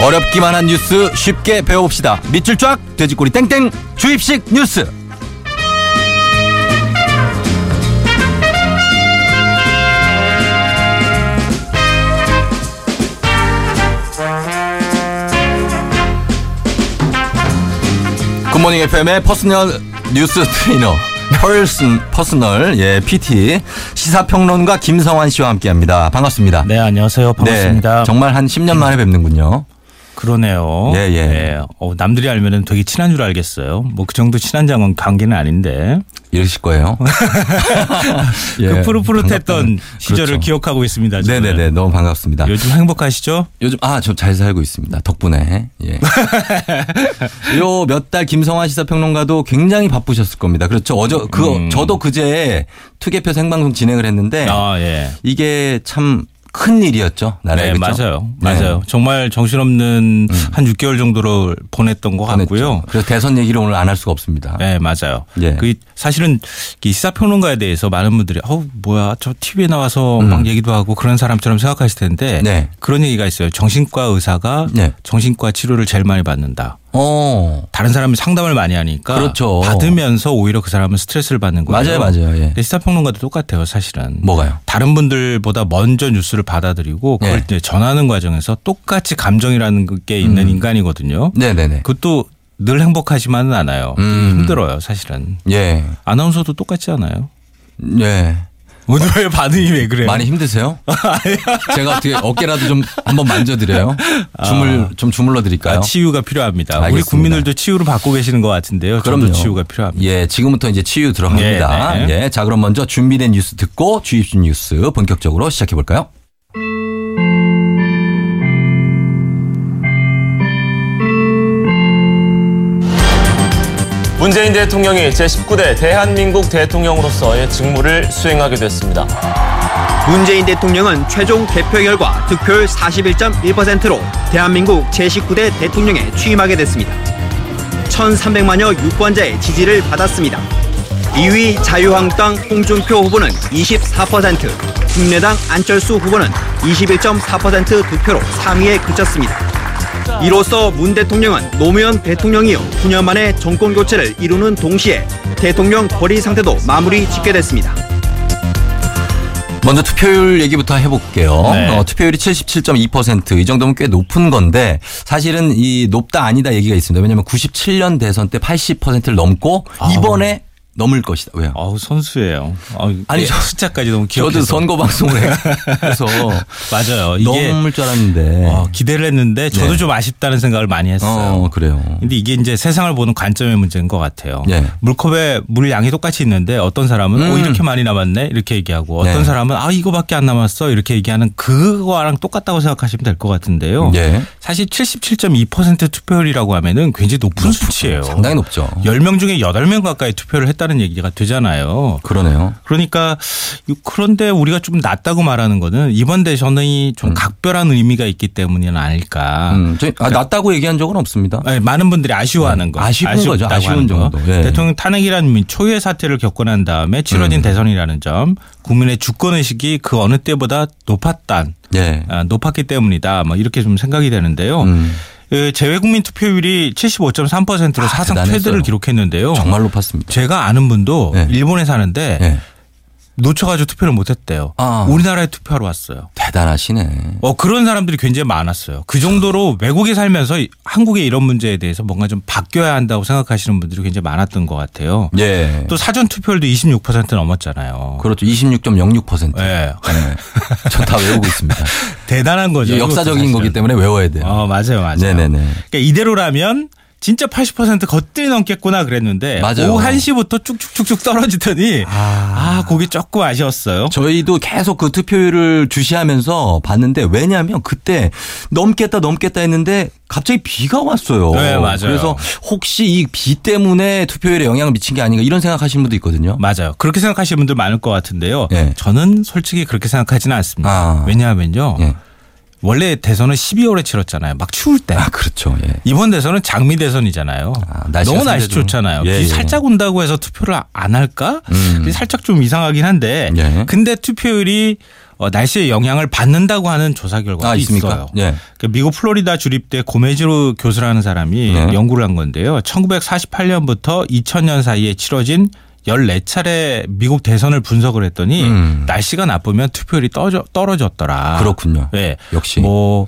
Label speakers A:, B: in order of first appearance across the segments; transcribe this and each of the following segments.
A: 어렵기만 한 뉴스 쉽게 배워봅시다. 밑줄 쫙 돼지꼬리 땡땡 주입식 뉴스. 굿모닝 FM의 퍼스널 뉴스 트레이너 펄슨 퍼스널 예 PT 시사평론가 김성환 씨와 함께합니다. 반갑습니다.
B: 네, 안녕하세요. 반갑습니다.
A: 네, 정말 한 10년 만에 뵙는군요.
B: 그러네요.
A: 예, 예.
B: 네, 어, 남들이 알면은 되게 친한 줄 알겠어요. 뭐 그 정도 친한 장은 관계는 아닌데.
A: 이러실 거예요. 예,
B: 그 푸릇푸릇했던
A: 반갑다는-
B: 시절을
A: 그렇죠.
B: 기억하고 있습니다. 저는.
A: 네네네 너무 반갑습니다.
B: 요즘 행복하시죠?
A: 요즘 아 저 잘 살고 있습니다. 덕분에 예. 요 몇 달 김성환 시사평론가도 굉장히 바쁘셨을 겁니다. 그렇죠. 어저 그 저도 그제 투개표 생방송 진행을 했는데
B: 음. 아, 예.
A: 이게 참 큰 일이었죠. 나라에
B: 네,
A: 그죠?
B: 맞아요.
A: 네. 음.
B: 맞아요. 정말 정신없는 한 6개월 정도로 보냈던 것 같고요.
A: 그래서 대선 얘기를 오늘 안 할 수가 없습니다.
B: 네, 맞아요.
A: 예.
B: 그 사실은 이 시사평론가에 대해서 많은 분들이 어 뭐야 저 TV에 나와서 막 얘기도 하고 그런 사람처럼 생각하실 텐데
A: 음. 네.
B: 그런 얘기가 있어요. 정신과 의사가
A: 네.
B: 정신과 치료를 제일 많이 받는다.
A: 어
B: 다른 사람이 상담을 많이 하니까
A: 그렇죠.
B: 받으면서 오히려 그 사람은 스트레스를 받는
A: 맞아요
B: 거예요.
A: 맞아요. 예.
B: 근데 시사평론가도 똑같아요, 사실은.
A: 뭐가요?
B: 다른 분들보다 먼저 뉴스를 받아들이고 그걸
A: 네.
B: 이제 전하는 과정에서 똑같이 감정이라는 게 있는 인간이거든요.
A: 음. 네네네.
B: 그것도 늘 행복하지만은 않아요.
A: 음.
B: 힘들어요, 사실은.
A: 예
B: 아나운서도 똑같지 않아요?
A: 예.
B: 오늘
C: 어.
B: 왜 반응이 왜 그래요?
A: 많이 힘드세요? 제가 어떻게 어깨라도 좀 한번 만져드려요? 춤을 좀 주물러 드릴까요?
B: 아, 치유가 필요합니다. 우리
A: 알겠습니다.
B: 국민들도 치유를 받고 계시는 것 같은데요. 저도 치유가 필요합니다.
A: 예, 지금부터 이제 치유
B: 네,
A: 들어갑니다.
B: 네.
A: 예, 자 그럼 먼저 준비된 뉴스 듣고 주입식 뉴스 본격적으로 시작해 볼까요?
C: 문재인 대통령이 제19대 대한민국 대통령으로서의 직무를 수행하게 됐습니다.
D: 문재인 대통령은 최종 개표 결과 득표율 41.1%로 대한민국 제19대 대통령에 취임하게 됐습니다. 1,300만여 유권자의 지지를 받았습니다. 2위 자유한국당 홍준표 후보는 24%, 국민의당 안철수 후보는 21.4% 득표로 3위에 그쳤습니다. 이로써 문 대통령은 노무현 대통령이요 9년 만에 정권 교체를 이루는 동시에 대통령 거리 상태도 마무리 짓게 됐습니다.
A: 먼저 투표율 얘기부터 해볼게요.
B: 네.
A: 어, 투표율이 77.2%이 정도면 꽤 높은 건데 사실은 이 높다 아니다 얘기가 있습니다. 왜냐하면 97년 대선 때 80%를 넘고
B: 아.
A: 이번에 넘을 것이다. 왜요?
B: 아우 선수예요. 아우,
A: 아니,
B: 예,
A: 저-
B: 숫자까지 너무 어, 기억해서.
A: 저도 선거 방송을 해서
B: 맞아요. 이게
A: 넘을 줄 알았는데.
B: 어, 기대를 했는데 저도
A: 네.
B: 좀 아쉽다는 생각을 많이 했어요.
A: 어, 그래요.
B: 근데 이게 이제 세상을 보는 관점의 문제인 것 같아요.
A: 예. 음.
B: 물컵에 물 양이 똑같이 있는데 어떤 사람은 오 이렇게 많이 남았네 이렇게 얘기하고 어떤
A: 네.
B: 사람은 아 이거밖에 안 남았어 이렇게 얘기하는 그거랑 똑같다고 생각하시면 될 것 같은데요.
A: 예.
B: 사실 77.2% 투표율이라고 하면은 굉장히 높은 수치예요.
A: 상당히 높죠.
B: 10명 중에 8명 가까이 투표를 했다는 얘기가 되잖아요.
A: 그러네요.
B: 그러니까 그런데 우리가 좀 낮다고 말하는 거는 이번 대선이 좀 각별한 의미가 있기 때문은 아닐까. 네.
A: 음, 저희 아, 낫다고 얘기한 적은 없습니다.
B: 아니, 예, 많은 분들이 아쉬워하는 거.
A: 아쉬운
B: 아쉽다고
A: 거죠. 아쉬운
B: 하는 거.
A: 정도. 예.
B: 대통령 탄핵이라는 초유의 사태를 겪고 난 다음에 치러진 대선이라는 점, 국민의 주권 의식이 그 어느 때보다 높았단
A: 예.
B: 아, 높았기 때문이다. 뭐 이렇게 좀 생각이 되는데요.
A: 음,
B: 예, 제외국민 투표율이 75.3%로
A: 아,
B: 사상
A: 대단했어요.
B: 최대를 기록했는데요.
A: 정말 높았습니다.
B: 제가 아는 분도
A: 네.
B: 일본에 사는데
A: 예.
B: 놓쳐가지고 투표를 못했대요.
A: 아.
B: 우리나라에 투표하러 왔어요.
A: 대단하시네.
B: 어 그런 사람들이 굉장히 많았어요. 그 정도로 외국에 살면서 이- 한국의 이런 문제에 대해서 뭔가 좀 바뀌어야 한다고 생각하시는 분들이 굉장히 많았던 것 같아요.
A: 예.
B: 또 사전 투표율도 26% 넘었잖아요.
A: 그렇죠. 26.06%.
B: 예.
A: 전다 외우고 있습니다.
B: 대단한 거죠.
A: 네. 이게 역사적인
B: 이것도
A: 거기
B: 사실은.
A: 때문에 외워야 돼요.
B: 어 맞아요, 맞아요.
A: 네네네.
B: 그러니까 이대로라면 진짜 80% 거뜬히 넘겠구나 그랬는데
A: 맞아요.
B: 오후 1시부터 쭉쭉쭉쭉 떨어지더니 아, 그게 조금 아쉬웠어요.
A: 저희도 계속 그 투표율을 주시하면서 봤는데 왜냐하면 그때 넘겠다 넘겠다 했는데 갑자기 비가 왔어요.
B: 네, 맞아요.
A: 그래서 혹시 이 비 때문에 투표율에 영향을 미친 게 아닌가 이런 생각하시는 분도 있거든요.
B: 맞아요. 그렇게 생각하시는 분들 많을 것 같은데요.
A: 예.
B: 저는 솔직히 그렇게 생각하지는 않습니다.
A: 아.
B: 왜냐하면요.
A: 예.
B: 원래 대선은 12월에 치렀잖아요. 막 추울 때.
A: 아 그렇죠. 예.
B: 이번 대선은 장미 대선이잖아요.
A: 아, 날씨가
B: 너무 날씨
A: 상대적으로-
B: 좋잖아요.
A: 예,
B: 비
A: 예.
B: 살짝 온다고 해서 투표를 안 할까?
A: 음.
B: 그게 살짝 좀 이상하긴 한데.
A: 예.
B: 근데 투표율이 어, 날씨의 영향을 받는다고 하는 조사 결과가
A: 아
B: 있어요.
A: 있습니까? 예.
B: 그 미국 플로리다 주립대 고메지로 교수라는 사람이
A: 네.
B: 연구를 한 건데요. 1948년부터 2000년 사이에 치러진 14차례 미국 대선을 분석을 했더니
A: 음.
B: 날씨가 나쁘면 투표율이 떠져- 떨어졌더라.
A: 그렇군요.
B: 네.
A: 역시.
B: 뭐,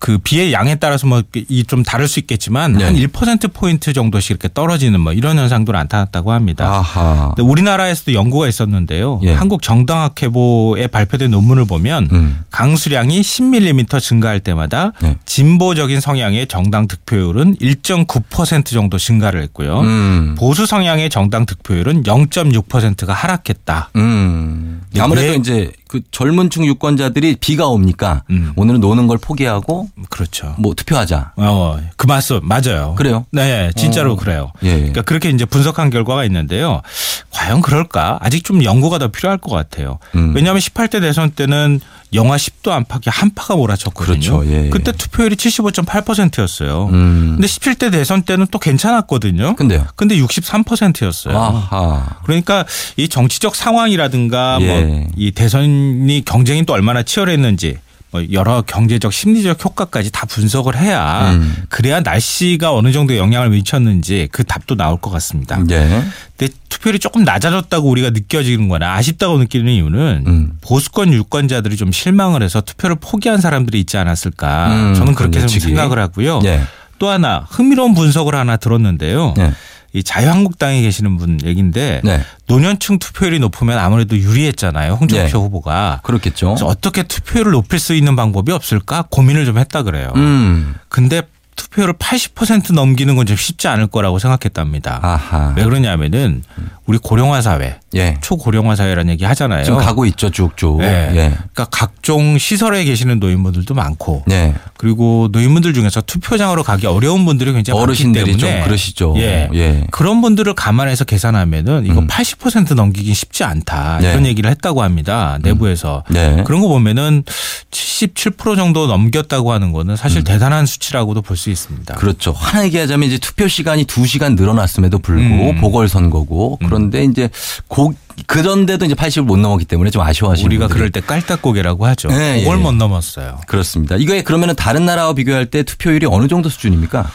B: 그 비의 양에 따라서 뭐 이 좀 다를 수 있겠지만
A: 네.
B: 한 1%포인트 정도씩 이렇게 떨어지는 뭐 이런 현상도 나타났다고 합니다.
A: 아하.
B: 근데 우리나라에서도 연구가 있었는데요.
A: 예.
B: 한국 정당학회보에 발표된 논문을 보면
A: 음.
B: 강수량이 10mm 증가할 때마다
A: 네.
B: 진보적인 성향의 정당 득표율은 1.9% 정도 증가를 했고요.
A: 음.
B: 보수 성향의 정당 득표율은 0.6%가 하락했다.
A: 음. 아무래도
B: 네, 왜-
A: 이제 그 젊은 층 유권자들이 비가 옵니까
B: 음.
A: 오늘은 노는 걸 포기하고
B: 그렇죠.
A: 뭐 투표하자.
B: 어, 그 말씀 맞아요.
A: 그래요?
B: 네, 진짜로
A: 어.
B: 그래요.
A: 예. 예.
B: 그러니까 그렇게 이제 분석한 결과가 있는데요. 과연 그럴까? 아직 좀 연구가 더 필요할 것 같아요.
A: 음.
B: 왜냐하면 18대 대선 때는 영하 10도 안팎의 한파가 몰아쳤거든요.
A: 그렇죠. 예, 예.
B: 그때 투표율이 75.8%였어요.
A: 음.
B: 근데 17대 대선 때는 또 괜찮았거든요.
A: 근데요.
B: 근데 63%였어요.
A: 아하.
B: 그러니까 이 정치적 상황이라든가
A: 예.
B: 뭐 이 대선이 경쟁이 또 얼마나 치열했는지 뭐 여러 경제적 심리적 효과까지 다 분석을 해야
A: 음.
B: 그래야 날씨가 어느 정도 영향을 미쳤는지 그 답도 나올 것 같습니다.
A: 예.
B: 근데 투표율이 조금 낮아졌다고 우리가 느껴지는 거나 아쉽다고 느끼는 이유는
A: 음.
B: 보수권 유권자들이 좀 실망을 해서 투표를 포기한 사람들이 있지 않았을까
A: 음,
B: 저는 그렇게
A: 그런
B: 좀
A: 예측이.
B: 생각을 하고요.
A: 예.
B: 또 하나 흥미로운 분석을 하나 들었는데요.
A: 예.
B: 이 자유한국당에 계시는 분 얘긴데
A: 네.
B: 노년층 투표율이 높으면 아무래도 유리했잖아요. 홍준표
A: 네.
B: 후보가.
A: 그렇겠죠.
B: 그래서 어떻게 투표율을 높일 수 있는 방법이 없을까 고민을 좀 했다 그래요.
A: 음.
B: 근데 투표율을 80% 넘기는 건 좀 쉽지 않을 거라고 생각했답니다.
A: 아하.
B: 왜 그러냐면은 우리 고령화 사회,
A: 예.
B: 초고령화 사회라는 얘기 하잖아요.
A: 지금 가고 있죠, 쭉쭉.
B: 예.
A: 예.
B: 그러니까 각종 시설에 계시는 노인분들도 많고
A: 네.
B: 그리고 노인분들 중에서 투표장으로 가기 어려운 분들이 굉장히
A: 어르신들이
B: 많기 때문에
A: 좀 그러시죠.
B: 예.
A: 예.
B: 그런 분들을 감안해서 계산하면은 이거
A: 음.
B: 80% 넘기긴 쉽지 않다
A: 네. 음.
B: 이런 얘기를 했다고 합니다 내부에서
A: 네.
B: 그런 거 보면은 77% 정도 넘겼다고 하는 거는 사실 대단한 수치라고도 볼 수 있습니다.
A: 음. 그렇죠. 하나 얘기하자면 이제 투표 시간이 두시간 늘어났음에도 불구하고
B: 음.
A: 보궐선거고 그런데 이제 고, 그런데도 이제 80을 못 넘었기 때문에 좀 아쉬워하시는
B: 우리가
A: 분들이
B: 그럴 때 깔딱고개라고 하죠.
A: 네,
B: 그걸
A: 예.
B: 못 넘었어요.
A: 그렇습니다. 이거에 그러면은 다른 나라와 비교할 때 투표율이 어느 정도 수준입니까?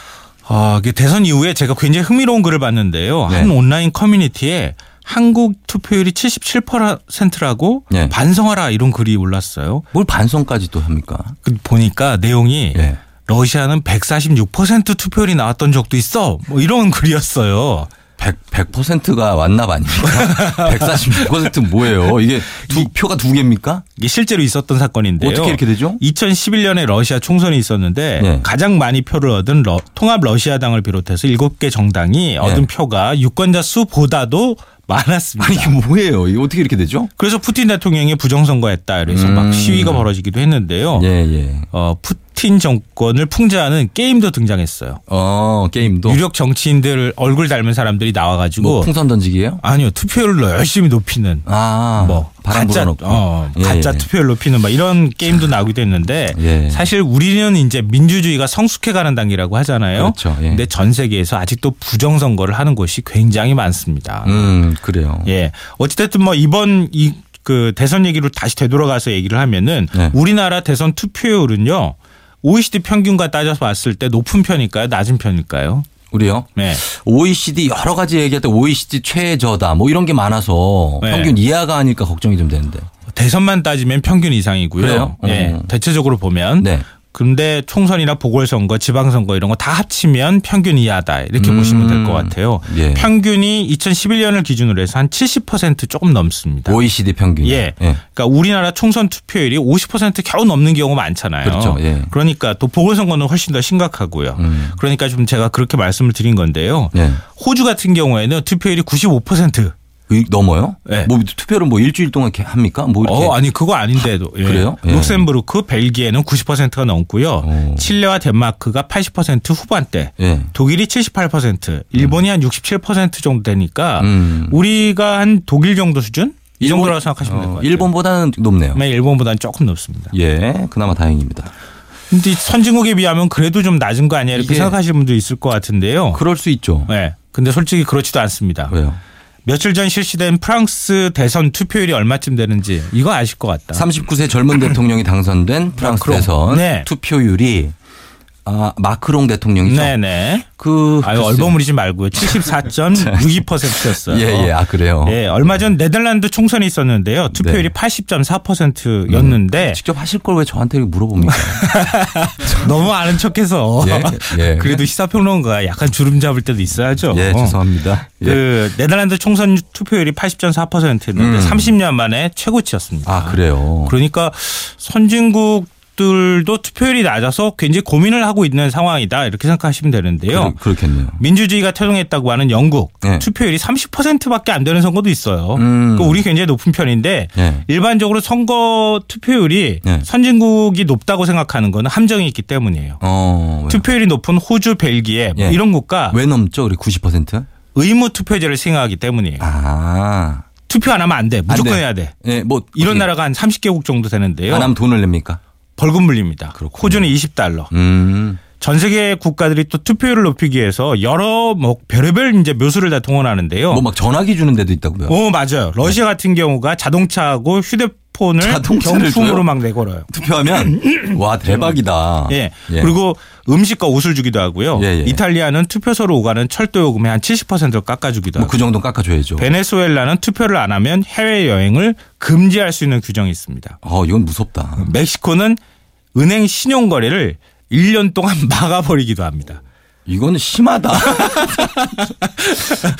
B: 아, 이게 대선 이후에 제가 굉장히 흥미로운 글을 봤는데요.
A: 네.
B: 한 온라인 커뮤니티에 한국 투표율이 77%라고
A: 네.
B: 반성하라 이런 글이 올랐어요.
A: 뭘 반성까지 또 합니까?
B: 그 보니까 내용이
A: 예.
B: 러시아는 146% 투표율이 나왔던 적도 있어. 뭐 이런 글이었어요.
A: 100, 100%가 완납 아닙니까? 146% 뭐예요? 이게 두 표가 두 개입니까?
B: 이게 실제로 있었던 사건인데요.
A: 어떻게 이렇게 되죠?
B: 2011년에 러시아 총선이 있었는데
A: 네.
B: 가장 많이 표를 얻은 러- 통합 러시아당을 비롯해서 7개
A: 네.
B: 정당이 얻은 표가 유권자 수보다도 많았습니다.
A: 아니 이게 뭐예요? 이게 어떻게 이렇게 되죠?
B: 그래서 푸틴 대통령이 부정선거했다 이래서
A: 음.
B: 막 시위가 벌어지기도 했는데요.
A: 예, 예.
B: 어, 푸틴 정권을 풍자하는 게임도 등장했어요.
A: 어, 게임도
B: 유력 정치인들 얼굴 닮은 사람들이 나와가지고
A: 뭐 풍선 던지기예요?
B: 아니요 투표율을 열심히 높이는
A: 아,
B: 뭐
A: 바람
B: 가짜
A: 불어넣고.
B: 어,
A: 예,
B: 가짜
A: 예.
B: 투표율 높이는 막 이런 게임도 나오기도 했는데
A: 예.
B: 사실 우리는 이제 민주주의가 성숙해가는 단계라고 하잖아요.
A: 그렇죠, 예.
B: 근데 전 세계에서 아직도 부정선거를 하는 곳이 굉장히 많습니다.
A: 음, 그래요.
B: 예. 어찌됐든 뭐 이번 이 그 대선 얘기로 다시 되돌아가서 얘기를 하면은
A: 네.
B: 우리나라 대선 투표율은요 OECD 평균과 따져서 봤을 때 높은 편일까요, 낮은 편일까요?
A: 우리요.
B: 네.
A: OECD 여러 가지 얘기할 때 OECD 최저다 뭐 이런 게 많아서
B: 네.
A: 평균 이하가 아닐까 걱정이 좀 되는데.
B: 대선만 따지면 평균 이상이고요.
A: 그래요?
B: 예.
A: 음.
B: 대체적으로 보면
A: 네.
B: 근데 총선이나 보궐선거, 지방선거 이런 거 다 합치면 평균 이하다 이렇게
A: 음.
B: 보시면 될 것 같아요.
A: 예.
B: 평균이 2011년을 기준으로 해서 한 70% 조금 넘습니다.
A: OECD 네. 평균.
B: 예. 그러니까 우리나라 총선 투표율이 50% 겨우 넘는 경우 많잖아요.
A: 그렇죠. 예.
B: 러니까또 보궐선거는 훨씬 더 심각하고요.
A: 음.
B: 그러니까 좀 제가 그렇게 말씀을 드린 건데요.
A: 예.
B: 호주 같은 경우에는 투표율이 95%.
A: 이- 넘어요?
B: 예.
A: 뭐 투표를 뭐 일주일 동안 이렇게 합니까? 뭐 이렇게.
B: 어, 아니 그거 아닌데도. 예.
A: 그래요? 예.
B: 룩셈부르크, 벨기에는 90%가 넘고요.
A: 오.
B: 칠레와 덴마크가 80% 후반대.
A: 예.
B: 독일이 78%, 일본이 한 67% 정도 되니까
A: 음.
B: 우리가 한 독일 정도 수준? 이 정도라고 생각하시면 될 것
A: 어,
B: 같아요.
A: 일본보다는 높네요.
B: 네, 일본보다는 조금 높습니다.
A: 예. 그나마 다행입니다.
B: 근데 선진국에 비하면 그래도 좀 낮은 거 아니야 이렇게
A: 이게-
B: 생각하시는 분도 있을 것 같은데요.
A: 그럴 네. 수 있죠.
B: 네. 근데 솔직히 그렇지도 않습니다.
A: 왜요?
B: 며칠 전 실시된 프랑스 대선 투표율이 얼마쯤 되는지 이거 아실 것 같다.
A: 39세 젊은 대통령이 당선된 프랑스
B: 마크롱.
A: 대선
B: 아. 네.
A: 투표율이 아, 마크롱 대통령이죠.
B: 네네.
A: 그
B: 아유
A: 글쎄.
B: 얼버무리지 말고요. 74.62%였어요.
A: 예, 예. 아, 그래요.
B: 예, 얼마 전 네덜란드 총선이 있었는데요. 투표율이
A: 네. 음,
B: 80.4%였는데
A: 직접 하실 걸 왜 저한테 이렇게 물어봅니까?
B: 너무 아는 척해서
A: 그렇죠. 예, 예.
B: 그래도 시사평론가 약간 주름 잡을 때도 있어야죠.
A: 예, 죄송합니다. 예.
B: 그 네덜란드 총선 투표율이 80.4%였는데
A: 음.
B: 30년 만에 최고치였습니다.
A: 아, 그래요.
B: 그러니까 선진국 들도 투표율이 낮아서 굉장히 고민을 하고 있는 상황이다 이렇게 생각하시면 되는데요.
A: 그, 렇겠네요
B: 민주주의가 태동했다고 하는 영국
A: 네.
B: 투표율이 30%밖에 안 되는 선거도 있어요. 그러니까
A: 음.
B: 우리 굉장히 높은 편인데
A: 예.
B: 일반적으로 선거 투표율이
A: 네.
B: 선진국이 높다고 생각하는 건 함정이 있기 때문이에요.
A: 어, 왜?
B: 투표율이 높은 호주, 벨기에 뭐
A: 예.
B: 이런 국가
A: 왜 넘죠? 우리 90%?
B: 의무 투표제를 시행하기 때문이에요.
A: 아.
B: 투표 안 하면 안 돼. 무조건
A: 안 돼.
B: 해야 돼.
A: 예, 뭐
B: 이런
A: 어떻게
B: 나라가 한 30개국 정도 되는데요.
A: 안 하면 돈을 냅니까?
B: 벌금 물립니다.
A: 그렇군요.
B: 호주는 20달러.
A: 음.
B: 전 세계 국가들이 또 투표율을 높이기 위해서 여러 뭐 별의별 이제 묘수를 다 동원하는데요.
A: 뭐 막 전화기 주는 데도 있다고요. 네.
B: 오 맞아요. 러시아 같은 경우가 자동차하고 휴대폰을
A: 자동차를
B: 경품으로
A: 줘요?
B: 막 내걸어요.
A: 투표하면 와 대박이다.
B: 예.
A: 예.
B: 그리고 음식과 옷을 주기도 하고요.
A: 예, 예.
B: 이탈리아는 투표소로 오가는 정도 요금의 한 70%를 깎아주기도 하고.
A: 뭐그 정도 깎아줘야죠.
B: 베네수엘라는 투표를 안 하면 해외 여행을 금지할 수 있는 규정이 있습니다.
A: 어, 이건 무섭다.
B: 멕시코는 은행 신용 거래를 1년 동안 막아버리기도 합니다.
A: 이건 심하다.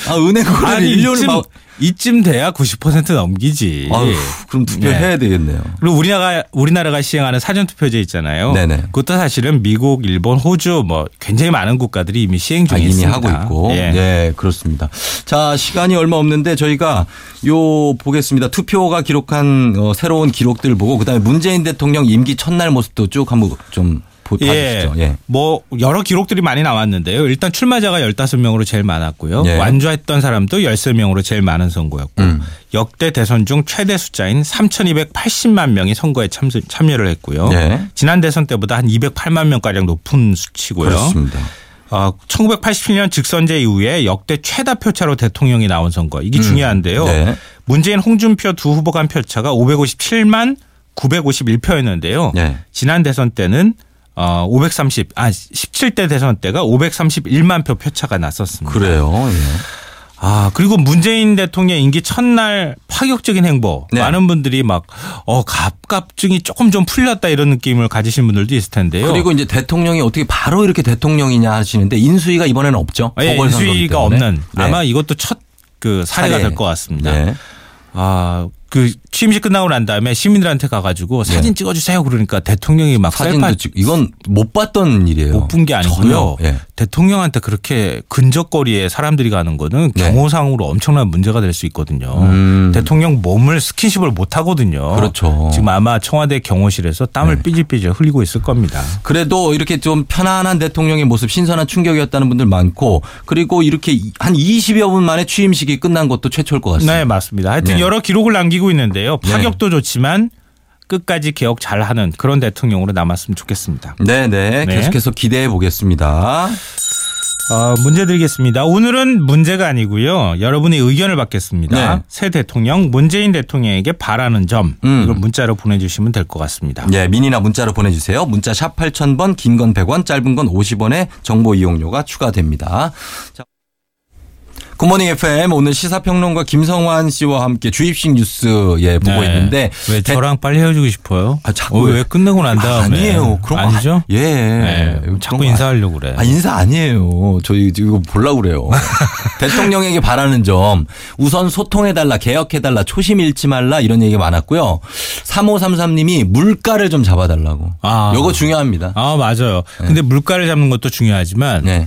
A: 아, 은행 거래
B: 아니
A: 1년을
B: 이쯤
A: 막
B: 이쯤 돼야 90% 넘기지.
A: 아유, 그럼 투표해야
B: 예.
A: 되겠네요.
B: 그리고 우리나라가 우리나라가 시행하는 사전 투표제 있잖아요.
A: 네네.
B: 그것도 사실은 미국, 일본, 호주 뭐 굉장히 많은 국가들이 이미 시행
A: 아,
B: 중에
A: 이미
B: 있습니다.
A: 하고 있고.
B: 예.
A: 네, 그렇습니다. 자, 시간이 얼마 없는데 저희가 요 보겠습니다. 투표가 기록한 어, 새로운 기록들 보고 그다음에 문재인 대통령 임기 첫날 모습도 쭉 한번 좀 보-
B: 예.
A: 봐주시죠. 예.
B: 뭐 여러 기록들이 많이 나왔는데요. 일단 출마자가 15명으로 제일 많았고요.
A: 예.
B: 완주했던 사람도 13명으로 제일 많은 선거였고
A: 음.
B: 역대 대선 중 최대 숫자인 3,280만 명이 선거에 참, 참여를 했고요.
A: 예.
B: 지난 대선 때보다 한 208만 명가량 높은 수치고요.
A: 그렇습니다.
B: 어, 1987년 직선제 이후에 역대 최다 표차로 대통령이 나온 선거. 이게 중요한데요.
A: 음. 네.
B: 문재인 홍준표 두 후보 간 표차가 557만 951표였는데요.
A: 네.
B: 지난 대선 때는 어, 530, 아, 17대 대선 때가 531만 표 표차가 났었습니다.
A: 그래요. 예.
B: 아, 그리고 문재인 대통령 임기 첫날 파격적인 행보.
A: 네.
B: 많은 분들이 막, 어, 갑갑증이 조금 좀 풀렸다 이런 느낌을 가지신 분들도 있을 텐데요.
A: 그리고 이제 대통령이 어떻게 바로 이렇게 대통령이냐 하시는데 인수위가 이번에는 없죠.
B: 예,
A: 보궐선거기
B: 인수위가
A: 때문에.
B: 없는
A: 네.
B: 아마 이것도 첫 그 사례가
A: 사례.
B: 될 것 같습니다.
A: 네.
B: 아, 그 취임식 끝나고 난 다음에 시민들한테 가가지고 사진 찍어주세요 그러니까 대통령이 막 셀파
A: 네. 사진도 찍 이건 못 봤던 일이에요.
B: 못 본 게 아니고요. 네.
A: 전혀. 예.
B: 대통령한테 그렇게 근접거리에 사람들이 가는 거는
A: 네.
B: 경호상으로 엄청난 문제가 될 수 있거든요.
A: 음.
B: 대통령 몸을 스킨십을 못 하거든요.
A: 그렇죠. 네.
B: 지금 아마 청와대 경호실에서 땀을 삐질삐질 흘리고 있을 겁니다.
A: 그래도 이렇게 좀 편안한 대통령의 모습 신선한 충격이었다는 분들 많고 그리고 이렇게 한 20여 분 만에 취임식이 끝난 것도 최초일 것 같습니다.
B: 네, 맞습니다. 하여튼
A: 네.
B: 여러 기록을 남기고 있는데요. 파격도 좋지만 끝까지 개혁 잘하는 그런 대통령으로 남았으면 좋겠습니다.
A: 네, 네.
B: 네.
A: 계속해서 기대해 보겠습니다.
B: 어, 문제 드리겠습니다. 오늘은 문제가 아니고요. 여러분의 의견을 받겠습니다.
A: 네.
B: 새 대통령 문재인 대통령에게 바라는 점
A: 음.
B: 이걸 문자로 보내주시면 될 것 같습니다.
A: 예, 민이나 문자로 보내주세요. 문자 샵 8000번, 긴 건 100원, 짧은 건 50원에 정보 이용료가 추가됩니다. 자. 굿모닝 FM 오늘 시사평론가 김성환 씨와 함께 주입식 뉴스 예 보고
B: 네.
A: 있는데
B: 왜
A: 대-
B: 저랑 빨리 헤어지고 싶어요?
A: 아, 자꾸
B: 어,
A: 왜-
B: 왜 끝내고 난 다음에
A: 아니에요 그런 거
B: 아니죠?
A: 아, 예
B: 네.
A: 그런
B: 자꾸
A: 거 아-
B: 인사하려고 그래.
A: 아 인사 아니에요 저희 이거 보려고 그래요 대통령에게 바라는 점 우선 소통해달라 개혁해달라 초심 잃지 말라 이런 얘기가 많았고요 3533님이 물가를 좀 잡아달라고
B: 아.
A: 요거 중요합니다
B: 아, 맞아요. 근데 물가를 잡는 것도 중요하지만
A: 네.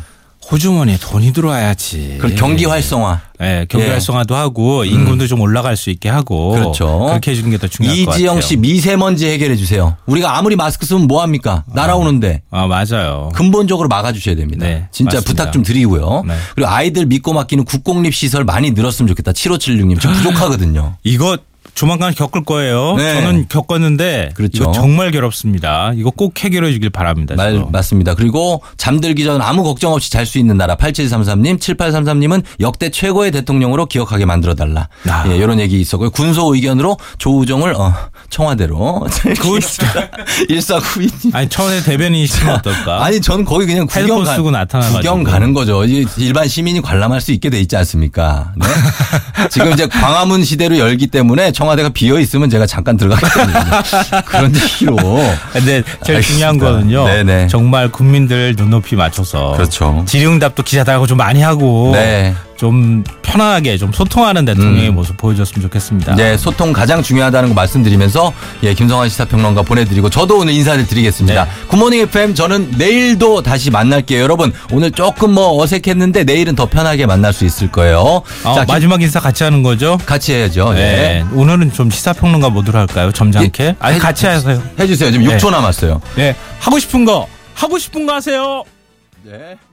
B: 호주머니에 돈이 들어와야지.
A: 그럼 경기 활성화.
B: 예, 경기
A: 예.
B: 활성화도 하고 임금도 좀 올라갈 수 있게 하고
A: 그렇죠.
B: 어, 그렇게 해주는 게 더 중요할 것 같아요.
A: 이지영 씨 미세먼지 해결해 주세요. 우리가 아무리 마스크 쓰면 뭐 합니까? 날아오는데
B: 아 맞아요.
A: 근본적으로 막아주셔야 됩니다.
B: 네,
A: 진짜
B: 맞습니다.
A: 부탁 좀 드리고요.
B: 네.
A: 그리고 아이들 믿고 맡기는 국공립 시설 많이 늘었으면 좋겠다. 7576님. 저 부족하거든요.
B: 이거 조만간 겪을 거예요.
A: 네.
B: 저는 겪었는데
A: 그렇죠.
B: 이거 정말 괴롭습니다. 이거 꼭 해결해 주길 바랍니다.
A: 말,
B: 저도.
A: 맞습니다. 그리고 잠들기 전 아무 걱정 없이 잘 수 있는 나라 8733님, 7833님은 역대 최고의 대통령으로 기억하게 만들어 달라.
B: 아.
A: 예, 이런 얘기 있었고요. 군소 의견으로 조우종을 어, 청와대로 일사- 일사구이님.
B: 아니 처음에 대변인이시면 어떨까?
A: 아니 전 거의 그냥 구경
B: 헤드폰
A: 가,
B: 쓰고 나타나가지고.
A: 구경 가는 거죠. 이 일반 시민이 관람할 수 있게 돼 있지 않습니까? 네? 지금 이제 광화문 시대로 열기 때문에 청와대가 비어 있으면 제가 잠깐 들어가겠습니다. 그런 얘기로.
B: 근데 제일
A: 알겠습니다.
B: 중요한 거는요.
A: 네네.
B: 정말 국민들 눈높이 맞춰서
A: 그렇죠.
B: 질의응답도 기자들하고 좀 많이 하고
A: 네. 음.
B: 좀 편하게 좀 소통하는 대통령의 모습 보여줬으면 좋겠습니다.
A: 네, 소통 가장 중요하다는 거 말씀드리면서 예, 김성환 시사평론가 보내드리고 저도 오늘 인사를 드리겠습니다.
B: 네.
A: 굿모닝 FM 저는 내일도 다시 만날게요. 여러분 오늘 조금 뭐 어색했는데 내일은 더 편하게 만날 수 있을 거예요.
B: 아,
A: 자, 김-
B: 마지막 인사 같이 하는 거죠?
A: 같이 해야죠.
B: 네.
A: 네.
B: 오늘은 좀 시사평론가 모드로 할까요? 점잖게?
A: 예,
B: 아니
A: 해-
B: 같이 하세요.
A: 해주세요. 지금
B: 네.
A: 6초 남았어요.
B: 네. 하고 싶은 거 하고 싶은 거 하세요.